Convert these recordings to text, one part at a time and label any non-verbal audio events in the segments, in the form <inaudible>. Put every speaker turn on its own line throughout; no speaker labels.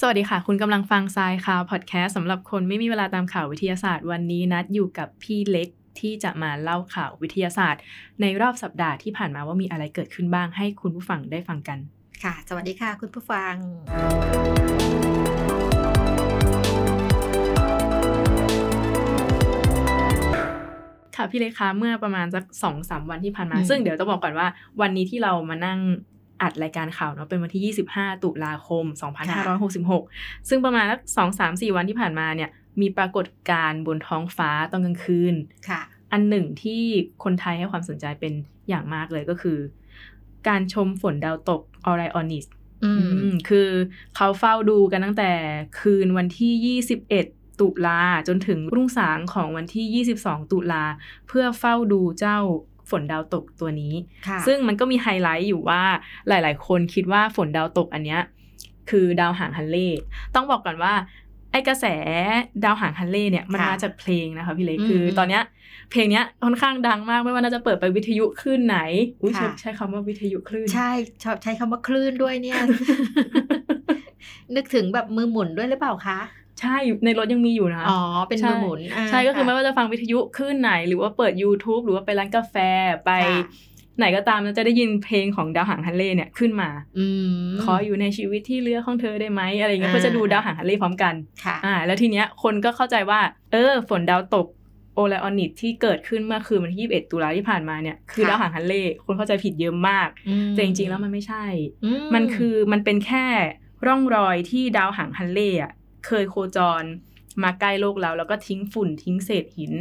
สวัสดีค่ะ คุณกำลังฟังทรายค่ะพอดแคสต์สำหรับคนไม่มีเวลาตามข่าววิทยาศาสตร์ วันนี้นัดอยู่กับพี่เล็กที่จะมาเล่าข่าววิทยาศาสตร์ ในรอบสัปดาห์ที่ผ่านมาว่ามีอะไรเกิดขึ้นบ้างให้คุณผู้ฟังได้ฟังกัน
ค่ะ สวัสดีค่ะ คุณผู้ฟัง
ค่ะพี่เล็กคะเมื่อประมาณสักสองสามวันที่ผ่านมา
อืม
ซึ่งเดี๋ยวจะบอกก่อนว่าวันนี้ที่เรามานั่งอัดรายการข่าวเนาะเป็นวันที่ 25 ตุลาคม 2566 ซึ่งประมาณสักสองสามสี่วันที่ผ่านมาเนี่ยมีปรากฏการณ์บนท้องฟ้าตอนกลางคืน
ค่ะ
อันหนึ่งที่คนไทยให้ความสนใจเป็นอย่างมากเลยก็คือ การชมฝนดาวตกออไรออนิส
อืม
คือเขาเฝ้าดูกันตั้งแต่คืนวันที่ 21 ตุลาจนถึงรุ่งสางของวันที่ 22 ตุลา เพื่อเฝ้าดูเจ้าฝนดาวตกตัวนี้
ค่ะ
ซึ่งมันก็มีไฮไลท์อยู่ว่าหลาย ๆ คนคิดว่าฝนดาวตกอันเนี้ยคือดาวหางฮันเล่ต้องบอกก่อนว่า ไอกระแสดาวหางฮันเล่เนี่ยมัน
ค่ะ
มาจากเพลงนะคะพี่เล็ก
อืม
คือตอนเนี้ยเพลงเนี้ยค่อนข้างดังมากไม่ว่าน่าจะเปิดไปวิทยุคลื่นไหนอุ้ยใช้
ค่ะ
ใช้คำว่าวิทยุคลื่น
ใช่ ชอบใช้คำว่าคลื่นด้วยเนี่ย <laughs> นึกถึงแบบมือหมุนด้วยหรือเปล่าคะ
ใช่ในรถยังมีอยู่นะ
อ๋อ เป็น
ใช่
มือหมุนอ่า
ใช่ก็คือะ ไม่ว่าจะฟังวิทยุคลื่นไหน หรือว่าเปิด YouTube หรือว่าไปร้านกาแฟไป
ค่ะ
ไหนก็ตามนะจะได้ยินเพลงของดาวหางฮันเล่เนี่ยขึ้นมา
อืม
ขออยู่ในชีวิตที่เลือกของเธอได้ไหมอะไรเงี้ย
อ่า
เพื่อจะดูดาวหางฮันเล่พร้อมกัน
ค่ะ
อ่า แล้วทีเนี้ยคนก็เข้าใจว่า เออ ฝนดาวตกโอไลออนิตที่เกิดขึ้นเมื่อคืนวันที่21 ตุลาที่ผ่านมาเนี่ยคือ
ค่ะ
ดาวหางฮันเล่คนเข้าใจผิดเยอะมาก
อืม
แต่จริงๆแล้วมันไม่ใช่
อื
มันคือมันเป็นแค่ร่องรอยที่ดาวหางฮันเล่อะเคยโคจรมาใกล้โลกเราแล้วก็ทิ้งฝุ่นทิ้งเศษหิน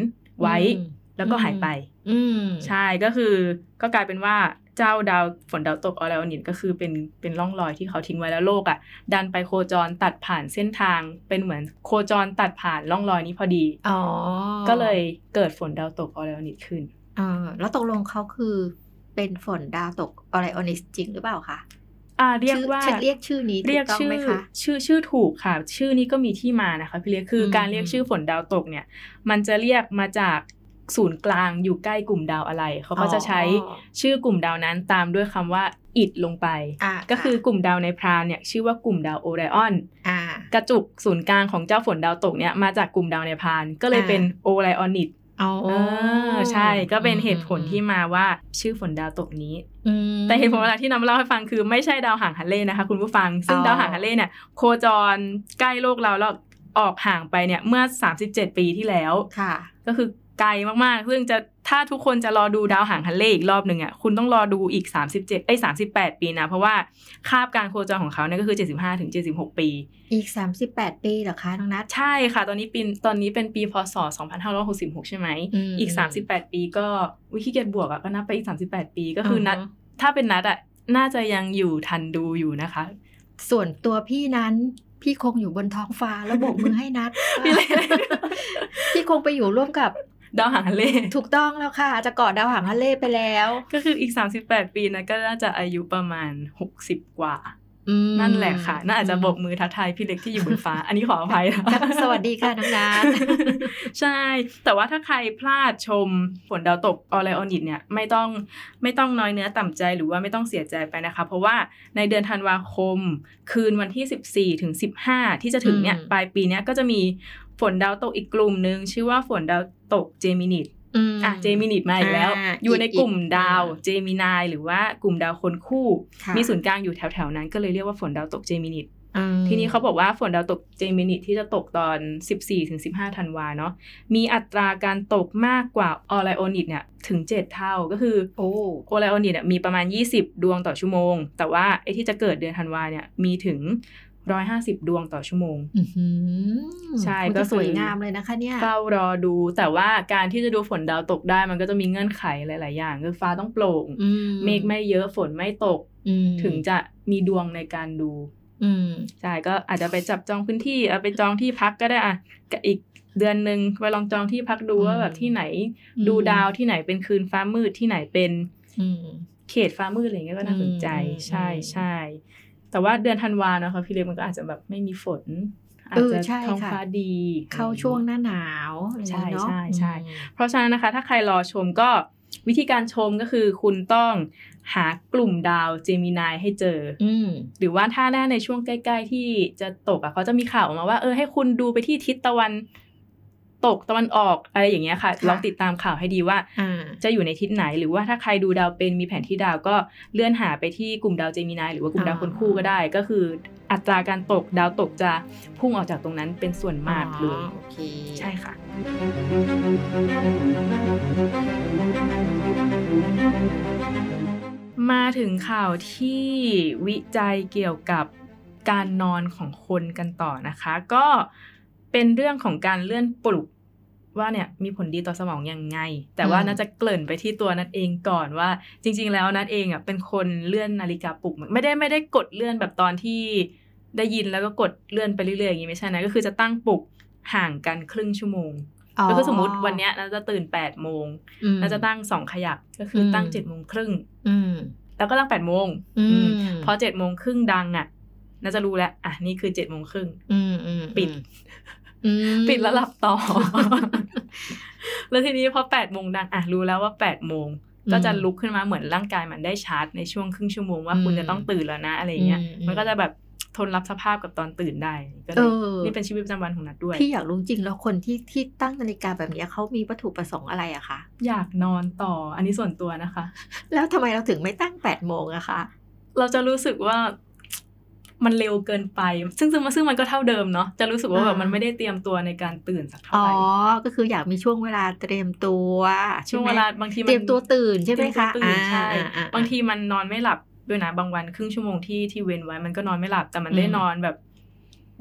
ไว้
อืม
แล้วก็หายไป
อืม
ใช่ก็คือก็กลายเป็นว่าเจ้าดาวฝนดาวตกออริโอนิตก็คือเป็นเป็นร่องรอยที่เขาทิ้งไว้แล้วโลกอะ่ะ ดันไปโคจรตัดผ่านเส้นทาง เป็นเหมือนโคจรตัดผ่านร่องรอยนี้พอดี
อ๋อ
ก็เลยเกิดฝนดาวตกออริโอนิตขึ้น
เออแล้วตกลงเขาคือ เป็นฝนดาวตกออไรออนิสจริงหรือเปล่าคะ
อ่าเรียก
ชื่อ
ว่า
ชื่อเรียกชื่อนี้ถู
เรียก
ต้อง
ชื่อ
ไหมคะ
ชื่อชื่อถูกค่ะ ชื่อนี้ก็มีที่มานะคะพี่เรียกคืออ
ม
การเรียกชื่อฝนดาวตกเนี่ย มันจะเรียกมาจากศูนย์กลางอยู่ใกล้กลุ่มดาวอะไรเขาก็จะใช้
อ๋อ
ชื่อกลุ่มดาวนั้นตามด้วยคำว่าอิดลงไป
อ่ะ
ก็คือกลุ่มดาวในพรานเนี่ยชื่อว่ากลุ่มดาวโอไรออน
อ่า
กระจุกศูนย์กลางของเจ้าฝนดาวตกเนี่ยมาจากกลุ่มดาวในพราน ก็เลยเป็นโอไรออนิต
อ๋อ
เออใช่ ก็เป็นเหตุผลที่มาว่าชื่อฝนดาวตกนี้
อืม
แต่เหตุผลหลักที่นำมาเล่าให้ฟังคือไม่ใช่ดาวหางฮันเล่นะคะคุณผู้ฟัง ซึ่ง
อ๋อ
ดาวหางฮันเล่เนี่ยโคจรใกล้โลกเราแล้วออกห่างไปเนี่ยเมื่อ 37 ปีที่แล้ว
ค่ะ
ก็คือไกลมากๆ ซึ่งจะถ้าทุกคนจะรอดูดาวหางฮันเล่อีกรอบหนึ่งอ่ะ คุณต้องรอดูอีก 37เอ้ย38 ปีนะ เพราะว่าคาบการโคจรของเขาเนี่ยก็คือ 75ถึง76 ปี
อีก 38 ปีเหรอคะน้องนัท
ใช่ค่ะ ตอนนี้ปีตอนนี้เป็นปีพศ 2566 ใช่ไหม
อืม
อีก 38 ปีก็วิขี้เกียจบวกอ่ะก็นับไปอีก 38 ปีก็คือนัด
าฮะ
ถ้าเป็นนัดอ่ะน่าจะยังอยู่ทันดูอยู่นะคะ
ส่วนตัวพี่นั้น พี่คงอยู่บนท้องฟ้าแล้วโบกมือให้นัท
พี่เล็ก
พี่คงไปอยู่ร่วมกับ
ดาวหางฮันเล่
ถูกต้องแล้วค่ะ จะกอดดาวหางฮะเล่ไปแล้ว
ก็คืออีก 38 ปีนะก็น่าจะอายุประมาณ 60 กว่า
อืม
นั่นแหละค่ะ น่าอาจจะโบกมือทักทายพี่เล็กที่อยู่บน
<laughs>
ฟ้า อันนี้ขออภัยนะ
ครับสวัสดีค่ะน้องนัท
ใช่ แต่ว่าถ้าใครพลาดชมฝนดาวตกออไลออนิตเนี่ยไม่ต้องไม่ต้องน้อยเนื้อต่ำใจหรือว่าไม่ต้องเสียใจไปนะคะ เพราะว่าในเดือนธันวาคม คืนวันที่ 14 ถึง 15 ที่จะถึงเนี่ย
อืม
ปลายปีเนี้ยก็จะมีฝนดาวตกอีกกลุ่มหนึ่งชื่อว่าฝนดาวตกเจมินิต
ม
อ่ะเจมินิตมาอีกแล้ว
อ่า
อยู่ในกลุ่ม
อีก
ดาว
อ่า
เจมินายหรือว่ากลุ่มดาวคนคู่
ค่ะ
มีศูนย์กลางอยู่แถวๆนั้นก็เลยเรียกว่าฝนดาวตกเจมินิต
อืม
ทีนี้เขาบอกว่าฝนดาวตกเจมินิที่จะตกตอน 14-15 ธันวาเนาะ มีอัตราการตกมากกว่าออไลโอนิตเนี่ยถึง 7 เท่า ก็คือ
โอ้
ออไลโอนิตเนี่ยมีประมาณ 20 ดวงต่อชั่วโมง แต่ว่าไอ้ที่จะเกิดเดือนธันวาเนี่ยมีถึง 150 ดวงต่อชั่วโมง
อื้อหือ
ใช่
โอ้ย
ก็
จะ
คือ
สวยงามเลยนะคะเนี่ย
เฝ้ารอดู แต่ว่าการที่จะดูฝนดาวตกได้มันก็จะมีเงื่อนไขหลาย ๆ อย่างคือฟ้าต้องโปร่ง
อื
เมฆไม่เยอะฝนไม่ตก
อืม
ถึงจะมีดวงในการดู
อืม
ใช่ก็อาจจะไปจับจองพื้นที่เอาไปจองที่พักก็ได้อ่ะก็อีกเดือนหนึ่งไปลองจองที่พักดู
อืม
ว่าแบบที่ไหน
อืม
ดูดาวที่ไหนเป็นคืนฟ้ามืดที่ไหนเป็น
อืม
เขตฟ้ามืดอะไรเงี้ยก็น่าสนใจ
อืม
ใช่
อืม
ใช่แต่ว่าเดือนธันวาเนาะค่ะพี่เล็กมันก็อาจจะแบบไม่มีฝน อาจจะ
เออใช่
ท้อง
ค่ะ
ฟ้าดี
เข้าช่วงหน้าหนาวอะไรอย่างเงี้ยเนาะ
ใช่ใช่ใช่
อืม
เพราะฉะนั้นนะคะ ถ้าใครรอชมก็ วิธีการชมก็คือคุณต้องหากลุ่มดาวเจมินายให้เจออ
อืม
หรือว่าถ้าหน้าในช่วงใกล้ ๆ ที่จะตกอ่ะเขาจะมีข่าวออกมาว่าเออให้คุณดูไปที่ทิศตะวันตกตะวันออกอะไรอย่างเงี้ยค่ะ
ค่ะ
ลองติดตามข่าวให้ดีว่า
อ่า
จะอยู่ในทิศไหน หรือว่าถ้าใครดูดาวเป็นมีแผนที่ดาวก็เลื่อนหาไปที่กลุ่มดาวเจมินายหรือว่ากลุ่มดาวคนคู่ก็ได้ ก็คืออัตราการตกดาวตกจะพุ่งออกจากตรงนั้นเป็นส่วนมากเลย
อ๋อโอเค
ใช่ค่ะ มาถึงข่าวที่วิจัยเกี่ยวกับการนอนของคนกันต่อนะคะ ก็เป็นเรื่องของการเลื่อนปลุกว่าเนี่ยมีผลดีต่อสมองยังไง แต่ว่าน่าจะเกริ่นไปที่ตัวนัดเองก่อนว่า จริง ๆ แล้วนัดเองอ่ะเป็นคนเลื่อนนาฬิกาปลุกไม่ได้ไม่ได้กดเลื่อนแบบตอนที่ได้ยินแล้วก็กดเลื่อนไปเรื่อยๆอย่างนี้ไม่ใช่นะก็คือจะตั้งปลุกห่างกันครึ่งชั่วโมงก็คือสมมติวันเนี้ยนัดจะตื่น8ปดโมง
อืม
นัดจะตั้งสองขยักก็คือตั้ง
อืม
เจ็ดโมงครึ่ง
อืม
แล้วก็ตั้งแปดโมง
อืม
พอเจ็ดโมงครึ่งดังอ่ะน่าจะรู้แล้ว อ่ะ นี่คือเจ็ดโมงครึ่ง
อืมอืม
ปิด
อืม
ปิดแล้วหลับต่อ <laughs> แล้วทีนี้พอแปดโมงดัง อ่ะ รู้แล้วว่าแปดโมง ก็จะลุกขึ้นมาเหมือนร่างกายมันได้ชาร์จในช่วงครึ่งชั่วโมงว่าคุณจะต้องตื่นแล้วนะอะไรอย่างเงี้ย
อื
มันก็จะแบบทนรับสภาพกับตอนตื่นได้ก็เล
เอย อ
นี่เป็นชีวิตประจำวันของนัดด้วย
พี่อยากรู้จริงแล้วคนที่ที่ตั้งนาฬิกาแบบเนี้ยเขามีวัตถุประสงค์อะไรอะคะ
อยากนอนต่อ อันนี้ส่วนตัวนะคะ
แล้วทำไมเราถึงไม่ตั้งแปดโมงอะคะ
เราจะรู้สึกว่ามันเร็วเกินไป ซึ่งซึ่งซึ่งมันก็เท่าเดิมเนาะ จะรู้สึกว่าแบบ
อ่ามั
มันไม่ได้เตรียมตัวในการตื่นสักเท่า
อ๋อ
ไหร่
ก็คืออยากมีช่วงเวลาเตรียมตัวใ
ช่วงเวลาบางทีน
เตรียมตัวตื่นใช่ไหมคะ
เตรียมตัวตื่นใช่
อ่าอ่าอ่า
บางทีมันนอนไม่หลับด้วยนะ บางวันครึ่งชั่วโมงที่ที่เว้นไว้ มันก็นอนไม่หลับ แต่มันได้
อืม
นอนแบบ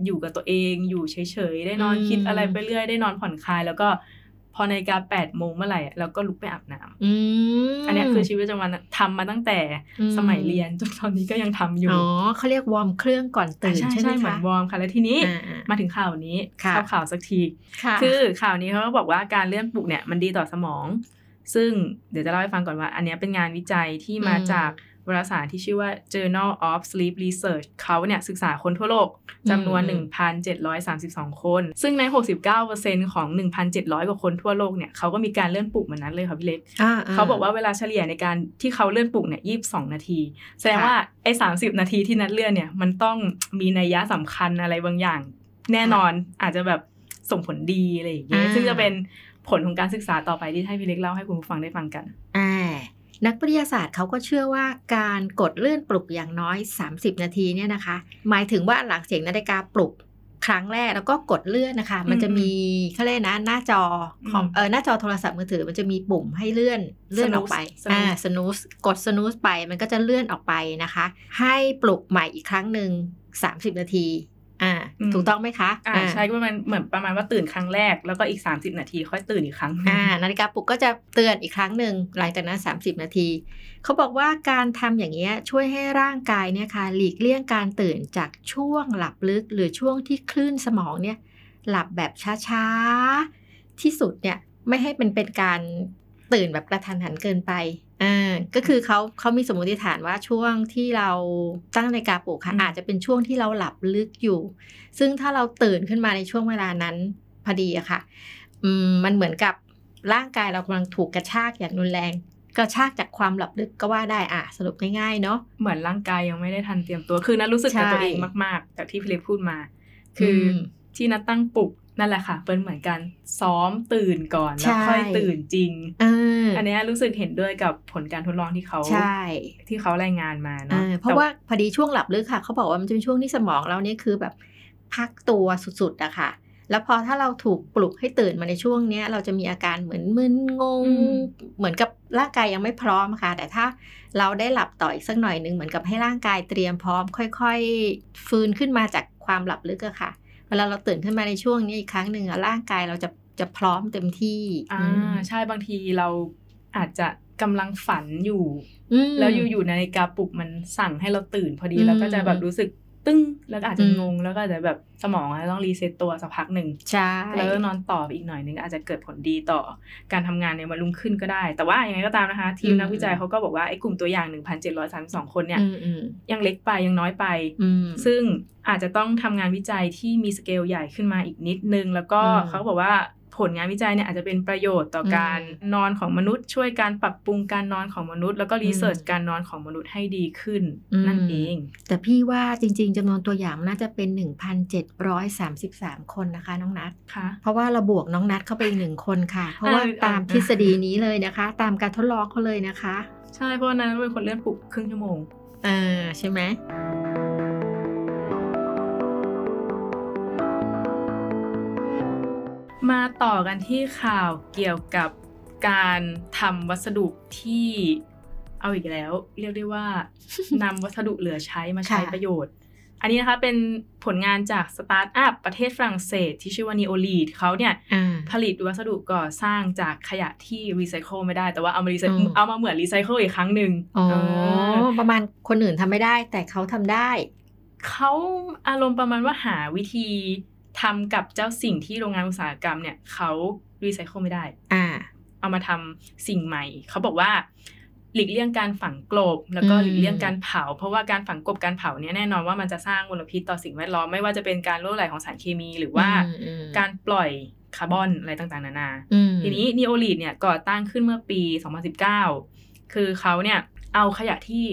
อยู่กับตัวเอง อยู่เฉยๆ ได้นอน
อืม
คิดอะไรไปเรื่อย ได้นอนผ่อนคลาย แล้วก็พอนาฬิกาแปดโมงเมื่อไหร่อะเราก็ลุกไปอาบน้ำ
อืม
อันเนี้ยคือชีวิตประจำวันทำมาตั้งแต่
อื
สมัยเรียนจนตอนนี้ก็ยังทำอยู่
อ๋อเขาเรียกวอร์มเครื่องก่อนตื่น
อ่ะ
ใช่ไหม
ใช่เหมือ
คะ
นวอร์มค่ะ แล้วทีนี้
อ่าอ่า
มาถึงข่าวนี้
ค่ะ
เข้าข่าวสักที
ค่ะ
คือข่าวนี้เขาก็บอกว่าการเลื่อนปลุกเนี่ยมันดีต่อสมอง ซึ่งเดี๋ยวจะเล่าให้ฟังก่อนว่า อันเนี้ยเป็นงานวิจัยที่มาจากวารสารที่ชื่อว่า Journal of Sleep Research เขาเนี่ยศึกษาคนทั่วโลกจำนวน 1,732 คน ซึ่งใน 69%ของ 1,700 กว่าคนทั่วโลกเนี่ยเขาก็มีการเลื่อนปลุกเหมือนนั้นเลยค่ะพี่เล็ก
อ่
เขาบอกว่าเวลาเฉลี่ยในการที่เขาเลื่อนปลุกเนี่ยยีบสองนาที แสดงว่าไอ้สานาทีที่นัดเลื่อนเนี่ยมันต้องมีนัยยะสำคัญอะไรบางอย่าง แน่นอนอาจจะแบบส่งผลดีอะไรอย่างเงี้ยซึ่งจะเป็นผลของการศึกษาต่อไปที่ให้พี่เล็กเล่าให้คุณผู้ฟังได้ฟังกัน
อ่านักวิทยาศาสตร์เขาก็เชื่อว่าการกดเลื่อนปลุกอย่างน้อย 30 นาทีเนี่ยนะคะ หมายถึงว่าหลังเสียงนาฬิกาปลุกครั้งแรกแล้วก็กดเลื่อนนะคะ มันจะมีเขาเรียกนะหน้าจอคอม
อืม
เออหน้าจอโทรศัพท์มือถือมันจะมีปุ่มให้เลื่อนเลื่อนออกไป
Snooze
อ่าสนุสกดสนุสไปมันก็จะเลื่อนออกไปนะคะ ให้ปลุกใหม่อีกครั้งหนึ่ง30 นาทีอ่า
อืม
ถูกต้องไหมคะ
อ่าใช่ก็มันเหมือนประมาณว่าตื่นครั้งแรก แล้วก็อีก 30 นาทีค่อยตื่นอีกครั้งหนึ่ง
อ่านาฬิกาปลุกก็จะเตือนอีกครั้งหนึ่งหลังจากนั้น 30 นาที เขาบอกว่าการทำอย่างเงี้ยช่วยให้ร่างกายเนี่ยค่ะหลีกเลี่ยงการตื่นจากช่วงหลับลึก หรือช่วงที่คลื่นสมองเนี่ยหลับแบบช้าๆ ที่สุดเนี่ยไม่ให้มันเป็นการตื่นแบบกระทันหันเกินไปอ่าก็คือเขาเขามีสมมติฐานว่าช่วงที่เราตั้งนาฬิกาปลุกค่ะอาจจะเป็นช่วงที่เราหลับลึกอยู่ ซึ่งถ้าเราตื่นขึ้นมาในช่วงเวลานั้นพอดีอะค่ะอืมมันเหมือนกับร่างกายเรากำลังถูกกระชากอย่างรุนแรง กระชากจากความหลับลึกก็ว่าได้อ่ะสรุปง่ายๆเนาะ
เหมือนร่างกายยังไม่ได้ทันเตรียมตัวคือนัดรู้สึกกับ
ใช่
ตัวเองมากๆจากที่พี่เล็กพูดมา คืออ
ม
ที่นัดตั้งปลุกนั่นแหละค่ะเป็นเหมือนการซ้อมตื่นก่อน แล้ว
ใช่
ค่อยตื่นจริง
เออ
อันเนี้ยรู้สึกเห็นด้วยกับผลการทดลองที่เขา
ใช่
ที่เขารายงานมา
เอ
เนาะ
อเพราะว่าพอดีช่วงหลับลึกค่ะเขาบอกว่ามันจะเป็นช่วงที่สมองเราเนี่ยคือแบบพักตัวสุดๆอะค่ะ แล้วพอถ้าเราถูกปลุกให้ตื่นมาในช่วงเนี้ย เราจะมีอาการเหมือนมึนงง เหมือนกับร่างกายยังไม่พร้อมค่ะ แต่ถ้าเราได้หลับต่ออีกสักหน่อยหนึ่งเหมือนกับให้ร่างกายเตรียมพร้อม ค่อยๆ ฟื้นขึ้นมาจากความหลับลึกอะค่ะ เวลาเราตื่นขึ้นมาในช่วงนี้อีกครั้งหนึ่งอะร่างกายเราจะจะพร้อมเต็มที่
อ่
อืม
าใช่บางทีเราอาจจะกำลังฝันอยู่
อืม
แล้วอยู่ๆนาฬิกาปลุกมันสั่งให้เราตื่นพอดี
อืม
แล้วก็จะแบบรู้สึกตึ้งแล้วก็อาจจะ
อืม
งงแล้วก็อาจจะแบบสมองอาจจะต้องรีเซ็ตตัวสักพักหนึ่ง
ใช่
แล้วก็นอนต่อไปอีกหน่อยนึงอาจจะเกิดผลดีต่อการทำงานในวันรุ่งขึ้นก็ได้ แต่ว่ายังไงก็ตามนะคะ ทีมนักวิจัยเขาก็บอกว่าไอ้กลุ่มตัวอย่าง 1,732 คนเนี่ย
อืมอืม
ยังเล็กไปยังน้อยไป
อืม
ซึ่งอาจจะต้องทำงานวิจัยที่มีสเกลใหญ่ขึ้นมาอีกนิดนึง แล้วก็
อืม
เขาบอกว่า ผลงานวิจัยเนี่ยอาจจะเป็นประโยชน์ต่อการนอนของมนุษย์ ช่วยการปรับปรุงการนอนของมนุษย์ แล้วก็รีเสิร์ชการนอนของมนุษย์ให้ดีขึ้น
อืม
นั่นเอง
แต่พี่ว่าจริง ๆจำนวนตัวอย่างมันน่าจะเป็น 1,733 คนนะคะน้องนัท
ค่ะ
เพราะว่าเราบวกน้องนัทเข้าไปอีกหนึ่งคนค่ะ เพราะว่า
เออ
ตามทฤษฎีนี้เลยนะคะ ตามการทดลองเขาเลยนะคะ
ใช่เพราะว่านั้นเป็นคนเลื่อนปลุกครึ่งชั่วโมง
เออใช่ไหม
มาต่อกันที่ข่าวเกี่ยวกับการทำวัสดุที่เอาอีกแล้ว เรียกได้ว่า
<laughs>
นำวัสดุเหลือใช้มาใช้
ค่ะ
ประโยชน์ อันนี้นะคะเป็นผลงานจากสตาร์ทอัพประเทศฝรั่งเศสที่ชื่อว่านีโอลีดเขาเนี่ย
อ่า
ผลิตวัสดุก่อสร้างจากขยะที่รีไซเคิลไม่ได้ แต่ว่าเอามารีไซ
อืม
เอามาเหมือนรีไซเคิลอีกครั้งหนึ่ง
อ๋อ
เออ
ประมาณคนอื่นทำไม่ได้ แต่เขาทำได้
เขาอารมณ์ประมาณว่าหาวิธีทำกับเจ้าสิ่งที่โรงงานอุตสาหกรรมเนี่ยเขารีไซเคิลไม่ได้
อ่า
เอามาทำสิ่งใหม่ เขาบอกว่า หลีกเลี่ยงการฝังกลบ แล้วก็
อืม
หลีกเลี่ยงการเผา เพราะว่าการฝังกลบการเผาเนี่ยแน่นอนว่ามันจะสร้างมลพิษต่อสิ่งแวดล้อมไม่ว่าจะเป็นการรั่วไหลของสารเคมีหรือว่า
อืมอืม
การปล่อยคาร์บอนอะไรต่างๆนานา
อืม
ทีนี้นีโอลีดเนี่ยก่อตั้งขึ้นเมื่อปี 2019 คือเขาเนี่ยเอาขยะที่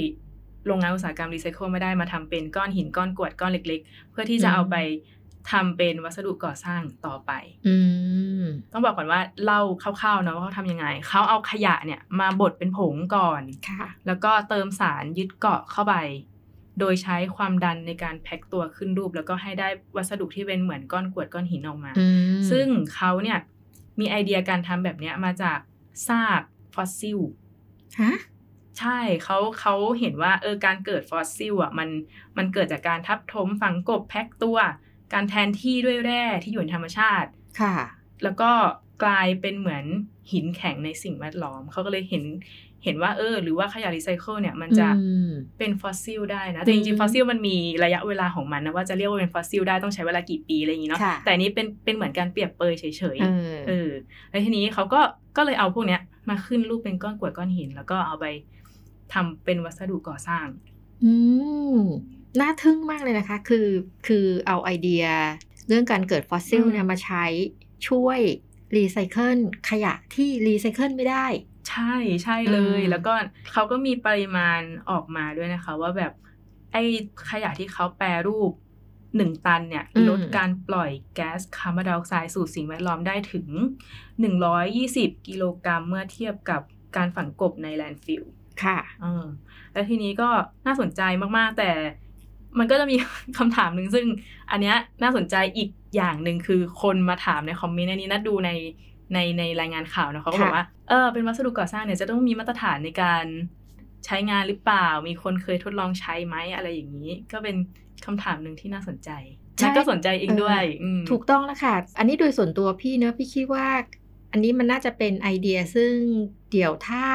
โรงงานอุตสาหกรรมรีไซเคิลไม่ได้มาทำเป็นก้อนหินก้อนกรวดก้อนเล็ก ๆ เพื่อที่จะเอาไปทำเป็นวัสดุก่อสร้างต่อไป
อืม
ต้องบอกก่อนว่าเล่าคร่าวๆนะว่าเขาทำยังไง เขาเอาขยะเนี่ยมาบดเป็นผงก่อน
ค่ะ
แล้วก็เติมสารยึดเกาะเข้าไป โดยใช้ความดันในการแพ็คตัวขึ้นรูป แล้วก็ให้ได้วัสดุที่เป็นเหมือนก้อนกรวดก้อนหินออกมา
อืม
ซึ่งเขาเนี่ยมีไอเดียการทำแบบเนี้ยมาจากซากฟอสซิล
ฮะ
ใช่เขาเขาเห็นว่าเออการเกิดฟอสซิลอ่ะมันมันเกิดจากการทับถมฝังกลบแพ็คตัว การแทนที่ด้วยแร่ที่อยู่ในธรรมชาติ
ค่ะ
แล้วก็กลายเป็นเหมือนหินแข็งในสิ่งแวดล้อม เขาก็เลยเห็นเห็นว่าเออ หรือว่าขยะรีไซเคิลเนี่ยมันจะ
อืม
เป็นฟอสซิลได้นะแต่จริ
อื
ง
ม
ๆฟอสซิลมันมีระยะเวลาของมันนะว่าจะเรียกว่าเป็นฟอสซิลได้ต้องใช้เวลากี่ปีอะไรอย่างนี้เนาะ
ค่ะ
แต่อันนี้เป็นเป็นเหมือนการเปรียบเปรยเฉย
เอ
ๆ
อ
เออแล้วทีนี้เขาก็ก็เลยเอาพวกเนี้ยมาขึ้นรูปเป็นก้อนกรวดก้อนหิน แล้วก็เอาไปทำเป็นวัสดุก่อสร้าง
อืมน่าทึ่งมากเลยนะคะ คือคือเอาไอเดียเรื่องการเกิดฟอสซิล
อืม
เนี่ยมาใช้ช่วยรีไซเคิลขยะที่รีไซเคิลไม่ได้
ใช่ใช่เลย
อืม
แล้วก็เขาก็มีปริมาณออกมาด้วยนะคะ ว่าแบบไอ้ขยะที่เขาแปรรูปหนึ่งตันเนี่ยลดการปล่อยแก๊สคาร์บอนไดออกไซด์สู่สิ่งแวดล้อมได้ถึง 120 กิโลกรัมเมื่อเทียบกับการฝังกบในแลนด์ฟิล
ค่ะ
เออแล้วทีนี้ก็น่าสนใจมากๆ แต่มันก็จะมี <laughs> คำถามหนึ่งซึ่งอันเนี้ยน่าสนใจอีกอย่างหนึ่งคือคนมาถามในคอมเมนต์อันนี้นัดดูในในในรายงานข่าวนะเขาก็บอก
ค่ะ
ว่าเออเป็นวัสดุก่อสร้างเนี่ยจะต้องมีมาตรฐานในการใช้งานหรือเปล่า มีคนเคยทดลองใช้ไหมอะไรอย่างนี้ ก็เป็นคำถามหนึ่งที่น่าสนใจนัดก็สนใจเองด้วยม
ถูกต้องแล้วค่ะ อันนี้โดยส่วนตัวพี่เนอะพี่คิดว่า อันนี้มันน่าจะเป็นไอเดียซึ่งเดี๋ยวถ้า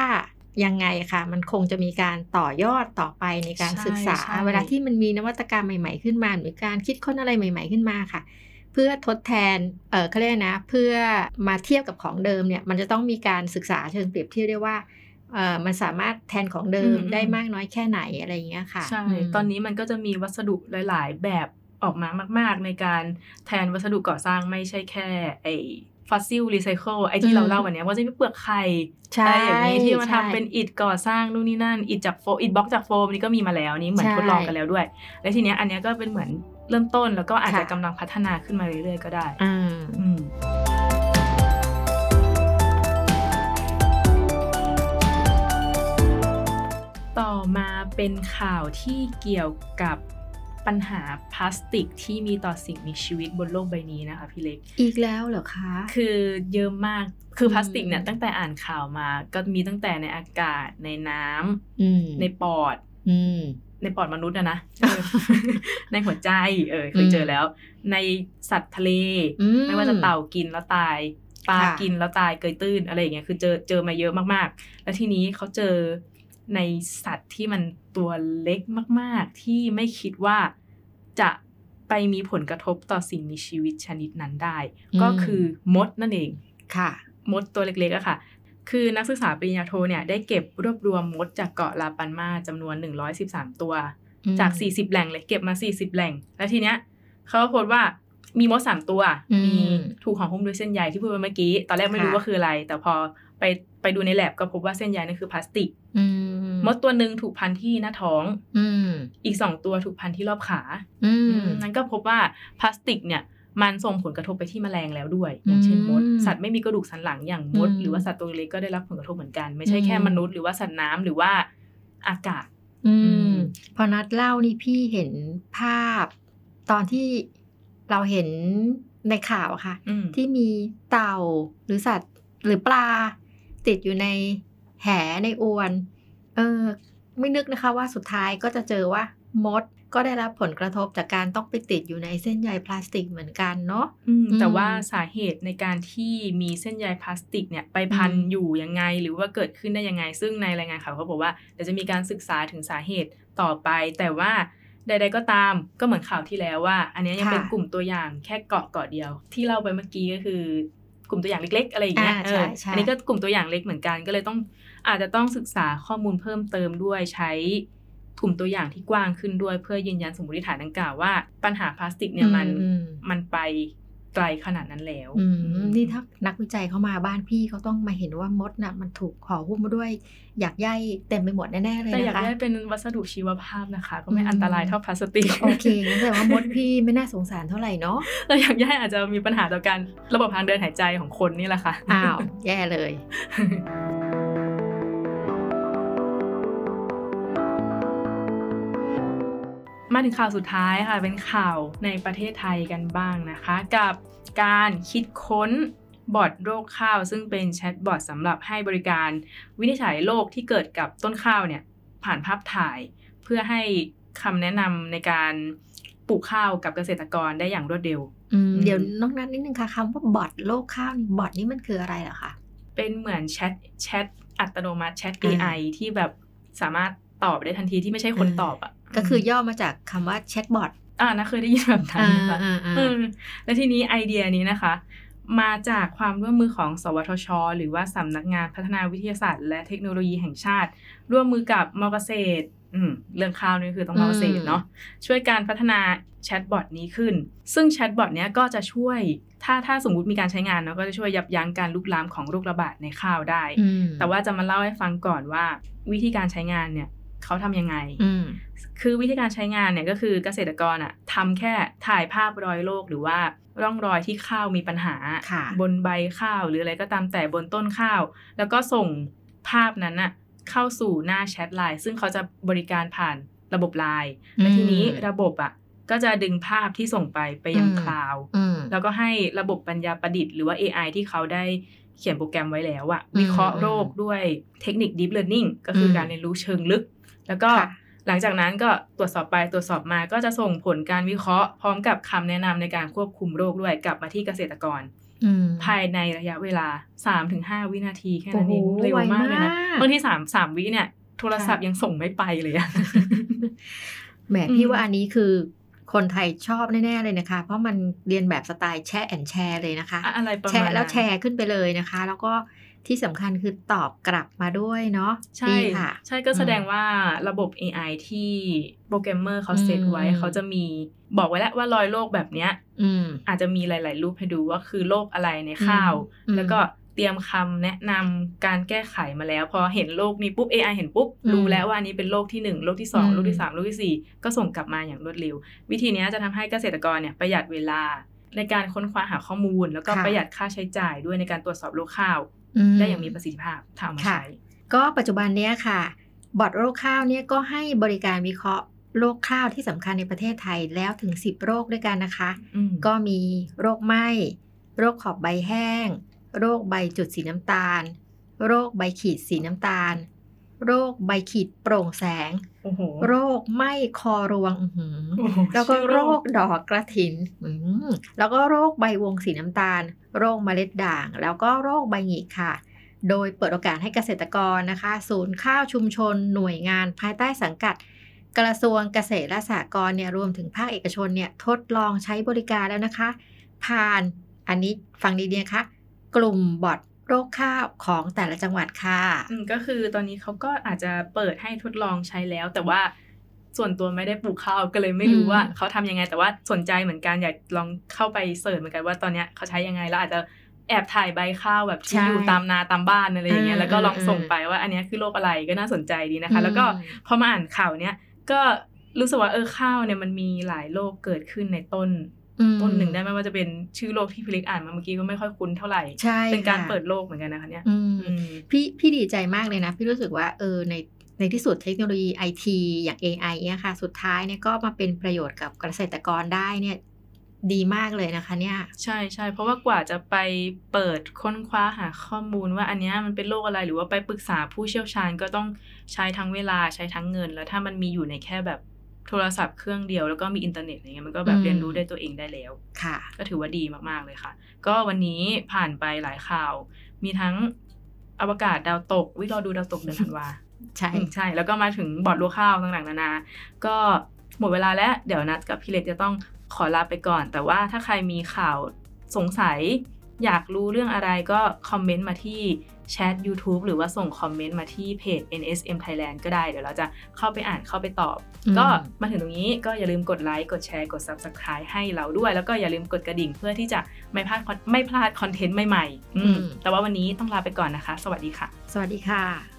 ยังไงค่ะ มันคงจะมีการต่อยอดต่อไปในการ
ใช่
ศึกษา
ใช่
เวลาที่มันมีนวัตกรรมใหม่ ๆ ขึ้นมา หรือการคิดค้นอะไรใหม่ ๆ ขึ้นมาค่ะ เพื่อทดแทน เออเขาเรียกนะ เพื่อมาเทียบกับของเดิมเนี่ย มันจะต้องมีการศึกษาเชิงเปรียบเทียบด้วยว่า เออมันสามารถแทนของเดิม
อืม
ได้มากน้อยแค่ไหนอะไรอย่างเงี้ยค่ะ
ใช่
ม
ตอนนี้มันก็จะมีวัสดุหลาย ๆ แบบออกมามาก ๆ ในการแทนวัสดุก่อสร้างไม่ใช่แค่ไอฟอสซิลรีไซเคิลไอที่
อืม
เราเล่าวันเนี้ยว่าจะมีเปลือกไข่
ใช่
อะไรอย่างนี้ที่มาทำ
ใช่
เป็นอิฐก่อสร้างนู่นนี่นั่นอิฐจากโฟมอิฐบล็อกจากโฟมนี่ก็มีมาแล้วนี่เหมือน
ใช่
ทดลองกันแล้วด้วย และทีเนี้ยอันเนี้ยก็เป็นเหมือนเริ่มต้นแล้วก็อาจจะ
ค่ะ
กำลังพัฒนาขึ้นมาเรื่อย ๆ ก็ได้
อ่า
อืม ต่อมาเป็นข่าวที่เกี่ยวกับปัญหาพลาสติกที่มีต่อสิ่งมีชีวิตบนโลกใบนี้นะคะพี่เล็ก
อีกแล้วเหรอคะ
คือเยอะมาก คือพลาสติกเนี่ย
อืม
ตั้งแต่อ่านข่าวมา ก็มีตั้งแต่ในอากาศในน้ำ
อืม
ในปอด
อืม
ในปอดมนุษย์นะนะเออ <laughs> ในหัวใจ เออเคยเจอแล้ว ในสัตว์ทะเล
อื
ไม่ว่าจะเต่ากินแล้วตาย ปลา
ค่ะ
กินแล้วตายเกยตื้นอะไรอย่างเงี้ยคือเจอเจอมาเยอะมากๆ แล้วทีนี้เขาเจอในสัตว์ที่มันตัวเล็กมาก ๆ ที่ไม่คิดว่าจะไปมีผลกระทบต่อสิ่งมีชีวิตชนิดนั้นได้ ก็คือมดนั่นเอง
ค่ะ
มดตัวเล็กๆอะค่ะ คือนักศึกษาปริญญาโทเนี่ยได้เก็บรวบรวมมดจากเกาะลาปันมาจำนวน 113 ตัว จาก 40 แหล่งเลยเก็บมา 40 แหล่ง แล้วทีเนี้ยเขาก็พบว่า มีมดสามตัว
อืม
มีถูกของหุ้มด้วยเส้นใยที่พูดไปเมื่อกี้ ตอนแรกไม่รู้
ค่ะ
ว่าคืออะไร แต่พอไปไปดูในแลบก็พบว่าเส้นใยนั่นคือพลาสติก
อื
มดตัวหนึ่งถูกพันที่หน้าท้อง
อืม
อีกสองตัวถูกพันที่รอบขา
อืม
นั่นก็พบว่าพลาสติกเนี่ยมันส่งผลกระทบไปที่แมลงแล้วด้วย อย่างเช่นมด
อืม
สัตว์ไม่มีกระดูกสันหลังอย่างมด
อืม
หรือว่าสัตว์ตัวเล็กก็ได้รับผลกระทบเหมือนกัน ไม่ใช่แค่
อืม
มนุษย์หรือว่าสัตว์น้ำหรือว่าอากาศ
อื
อื
ม
ม
พอนัดเล่านี่พี่เห็นภาพ ตอนที่เราเห็นในข่าวอะค่ะ
อืม
ที่มีเต่าหรือสัตว์หรือปลา ติดอยู่ในแหในอวน เออ ไม่นึกนะคะว่าสุดท้ายก็จะเจอว่ามดก็ได้รับผลกระทบจากการต้องไปติดอยู่ในเส้นใยพลาสติกเหมือนกันเนาะ
อืม
อืม
แต่ว่าสาเหตุในการที่มีเส้นใยพลาสติกเนี่ยไปพัน
อืม
อยู่ยังไง หรือว่าเกิดขึ้นได้ยังไง ซึ่งในรายงานข่าวเขาบอกว่าเดี๋ยวจะมีการศึกษาถึงสาเหตุต่อไป แต่ว่าใด ๆ ก็ตามก็เหมือนข่าวที่แล้วว่า อันเนี้ยยัง
ค่ะ
เป็นกลุ่มตัวอย่างแค่เกาะเกาะเดียว ที่เล่าไปเมื่อกี้ก็คือกลุ่มตัวอย่างเล็ก ๆ อะไรอย่างเงี้ย
อ่า
เอ
ใช่
อ
ใช่
อันี้ก็กลุ่มตัวอย่างเล็กเหมือนกันก็เลยต้องอาจจะต้องศึกษาข้อมูลเพิ่มเติมด้วยใช้ กลุ่มตัวอย่างที่กว้างขึ้นด้วยเพื่อยืนยันสมมติฐานดังกล่าวว่า ปัญหาพลาสติกเนี่ยมัน
อืม
มันไปไกลขนาดนั้นแล้ว
อืมนี่ถ้านักวิจัยเข้ามาบ้านพี่เขาต้องมาเห็นว่ามดน่ะ มันถูกห่อหุ้มมาด้วยอยากใยเต็มไปหมดแน่ๆเลย
แต่อยาก
นะคะ
ได้เป็นวัสดุชีวภาพนะคะ ก็ไม่
อืม
อันตรายเท่าพลาสติก
โอเคงั้นแสดงว่ามดพี่ไม่น่าสงสารเท่าไหร่เนาะ
แต่อยากได้อาจจะมีปัญหาต่อการระบบทางเดินหายใจของคนนี่แหละค่ะ
อ้าว แย่เลย
มาถึงข่าวสุดท้ายค่ะ เป็นข่าวในประเทศไทยกันบ้างนะคะ กับการคิดค้นบอทโรคข้าว ซึ่งเป็นแชทบอทสำหรับให้บริการวินิจฉัยโรคที่เกิดกับต้นข้าวเนี่ย ผ่านภาพถ่าย เพื่อให้คำแนะนำในการปลูกข้าวกับเกษตรกรได้อย่างรวดเร็ว
อืม
อืม
เดี๋ยวน้องนัทนิดนึงค่ะคำว่าบอทโลกข้าวนี่บอทนี่มันคืออะไรเหรอคะ
เป็นเหมือนแชทแชทอัตโนมัติแชท
อ่า
AI ที่แบบสามารถตอบได้ทันทีที่ไม่ใช่คน
อ่า
ตอบอ่ะ
ก็คือย่อมาจากคำว่าแชทบอท
อ่านะเคยได้ยินแบบนั้นนะคะ
อ่าอ่า
เอ
อ่า
อและทีนี้ไอเดียนี้นะคะ มาจากความร่วมมือของ สวทช หรือว่าสำนักงานพัฒนาวิทยาศาสตร์ และเทคโนโลยีแห่งชาติ ร่วมมือกับมอเกษตรอืมเรื่องข้าวนี่คือต้องมอเกษตรเนาะช่วยการพัฒนาแชทบอทนี้ขึ้น ซึ่งแชทบอทเนี้ยก็จะช่วยถ้าถ้าสมมติมีการใช้งานเนาะก็จะช่วยยับยั้งการลุกลามของโรคระบาดในข้าวได้
อืม
แต่ว่าจะมาเล่าให้ฟังก่อนว่า วิธีการใช้งานเนี่ยเขาทำยังไง
อืม
คือวิธีการใช้งานเนี่ยก็คือเกษตรกรอ่ะทำแค่ถ่ายภาพรอยโรคหรือว่าร่องรอยที่ข้าวมีปัญหา
ค่ะ
บนใบข้าวหรืออะไรก็ตามแต่บนต้นข้าว แล้วก็ส่งภาพนั้นอ่ะเข้าสู่หน้าแชทไลน์ซึ่งเขาจะบริการผ่านระบบไลน์และทีนี้ระบบอ่ะก็จะดึงภาพที่ส่งไปไปยัง
อืม
คลาว
อืม
แล้วก็ให้ระบบปัญญาประดิษฐ์หรือว่า AI ที่เขาได้เขียนโปรแกรมไว้แล้วอะวิเคราะห์โรคด้วยเทคนิค Deep Learning ก็คืออ
ม
การเรียนรู้เชิงลึก แล้วก็
ค่ะ
หลังจากนั้นก็ตรวจสอบไปตรวจสอบมาก็จะส่งผลการวิเคราะห์พร้อมกับคำแนะนำในการควบคุมโรคด้วยกลับมาที่เกษตรกร
อืม
ภายในระยะเวลา 3-5 วินาทีแค่
โอ้
นั้น
โห
เองเร็วมาม
ไวาก
เลยนะ
ก
บางทีสามสามวิเนี่ยโทรศัพท์ยังส่งไม่ไปเลยอะ
แหม
อืม
พี่ว่าอันนี้คือ คนไทยชอบแน่ๆเลยนะคะ เพราะมันเรียนแบบสไตล์แชร์แอนแชร์เลยนะคะ
อะอะไรประ
แช
มาณ
ร์
นั้น
แล้วแชร์ขึ้นไปเลยนะคะ แล้วก็ที่สำคัญคือตอบกลับมาด้วยเนาะ
ใช่
ดีค่ะ
ใช่ก็แสดง
อืม
ว่าระบบ AI ที่โปรแกรมเมอร์เขา
อืม
เซตไว้เขาจะมีบอกไว้แล้วว่ารอยโรคแบบเนี้ย
อืม
อาจจะมีหลาย ๆ รูปให้ดูว่าคือโรคอะไรในข้าว
อืม
แล้วก็เตรียมคำแนะนำการแก้ไขมาแล้ว พอเห็นโรคนี้ปุ๊บ AI เห็นปุ๊บ
อืม
รู้แล้วว่าอันนี้เป็นโรคที่ 1 โรคที่
อืม
2 โรคที่ 3 โรคทีสี่ 4 ก็ส่งกลับมาอย่างรวดเร็ว วิธีเนี้ยจะทำให้เกษตรกรเนี่ยประหยัดเวลา ในการค้นคว้าหาข้อมูล แล้วก็
ค่ะ
ประหยัดค่าใช้จ่ายด้วยในการตรวจสอบโรคข้าว
ม
ได้อย่างมีประสิทธิภาพถ้าเอามา
ค่ะ
ใช้
ก็ปัจจุบันเนี้ยค่ะ บอทโรคข้าวเนี่ยก็ให้บริการวิเคราะห์โรคข้าวที่สำคัญในประเทศไทยแล้วถึง 10 โรคด้วยกันนะคะ
อืม
ก็มีโรคไหม้ โรคขอบใบแห้ง โรคใบจุดสีน้ำตาล โรคใบขีดสีน้ำตาล โรคใบขีดโปร่งแสง
โอ้โห
โรคไหม้คอรวงอื้อหือ
โอ้โห
แล้วก็
ชื่อ
โรคดอกกระถินอืมแล้วก็โรคใบวงสีน้ำตาล โรคเมล็ดด่าง แล้วก็โรคใบหงิกค่ะ โดยเปิดโอกาสให้เกษตรกรนะคะ ศูนย์ข้าวชุมชน หน่วยงานภายใต้สังกัด กระทรวงเกษตรและสหกรณ์เนี่ยรวมถึงภาคเอกชนเนี่ยทดลองใช้บริการแล้วนะคะ ผ่านอันนี้ฟังดีๆนะคะกลุ่มบอทโรคข้าวของแต่ละจังหวัดค่ะ
อืมก็คือตอนนี้เขาก็อาจจะเปิดให้ทดลองใช้แล้ว แต่ว่า ส่วนตัวไม่ได้ปลูกข้าวก็เลยไม่รู้ว่า
อืม
เขาทำยังไงแต่ว่าสนใจเหมือนกันอยากลองเข้าไปเสิร์ชเหมือนกันว่าตอนเนี้ยเขาใช้ยังไงแล้วอาจจะแอบถ่ายใบข้าวแบบที่
ใช่
อยู่ตามนาตามบ้านอะไรอย่างเงี้ย
อ่า
แล้วก็ลอง
อ่า
ส่งไปว่าอันเนี้ยคือโรคอะไรก็น่าสนใจดีนะคะ แล้วก็
อืม
พอมาอ่านข่าวเนี้ยก็รู้สึกว่าเออข้าวเนี่ยมันมีหลายโรคเกิดขึ้นในต้น ต้นหนึ่งได้ไหมว่าจะเป็นชื่อโรคที่พิลิกอ่านมาเมื่อกี้ก็ไม่ค่อยคุ้นเท่าไหร่
ใช่
เป็นการ
ค่ะ
เปิดโลกเหมือนกันนะคะเนี่ย
อืม
อืม
พี่พี่ดีใจมากเลยนะ พี่รู้สึกว่าเออในในที่สุดเทคโนโลยีไอทีอย่าง AI เนี่ยค่ะ สุดท้ายเนี่ยก็มาเป็นประโยชน์กับเกษตรกรได้เนี่ยดีมากเลยนะคะ เนี่ย
ใช่ใช่เพราะว่ากว่าจะไปเปิดค้นคว้าหาข้อมูลว่าอันเนี้ยมันเป็นโรคอะไรหรือว่าไปปรึกษาผู้เชี่ยวชาญก็ต้องใช้ทั้งเวลาใช้ทั้งเงิน แล้วถ้ามันมีอยู่ในแค่แบบโทรศัพท์เครื่องเดียวแล้วก็มีอินเทอร์เน็ตอะไรเงี้ยมันก็แบ
อื
บ
ม
เรียนรู้ได้ตัวเองได้แล้ว
ค่ะ
ก็ถือว่าดีมากๆเลยค่ะ ก็วันนี้ผ่านไปหลายข่าว มีทั้งอวกาศดาวตกวิเราดูดาวตกเดือนธันวา
ใช่
อืมใช่ แล้วก็มาถึงบอร์ดรัวข้าวต่างๆนานา ก็หมดเวลาแล้ว เดี๋ยวนัดกับพี่เล็กจะต้องขอลาไปก่อน แต่ว่าถ้าใครมีข่าวสงสัย อยากรู้เรื่องอะไรก็คอมเมนต์มาที่แชท YouTube หรือว่าส่งคอมเมนต์มาที่เพจ NSM Thailand ก็ได้ เดี๋ยวเราจะเข้าไปอ่านเข้าไปตอบ
อืม
ก็มาถึงตรงนี้ก็อย่าลืมกดไลค์กดแชร์กด Subscribe ให้เราด้วย แล้วก็อย่าลืมกดกระดิ่งเพื่อที่จะไม่พลาดไม่พลาดคอนเทนต์ใหม่ๆอืมแต่ว่าวันนี้ต้องลาไปก่อนนะคะ สวัสดีค่ะ
สวัสดีค่ะ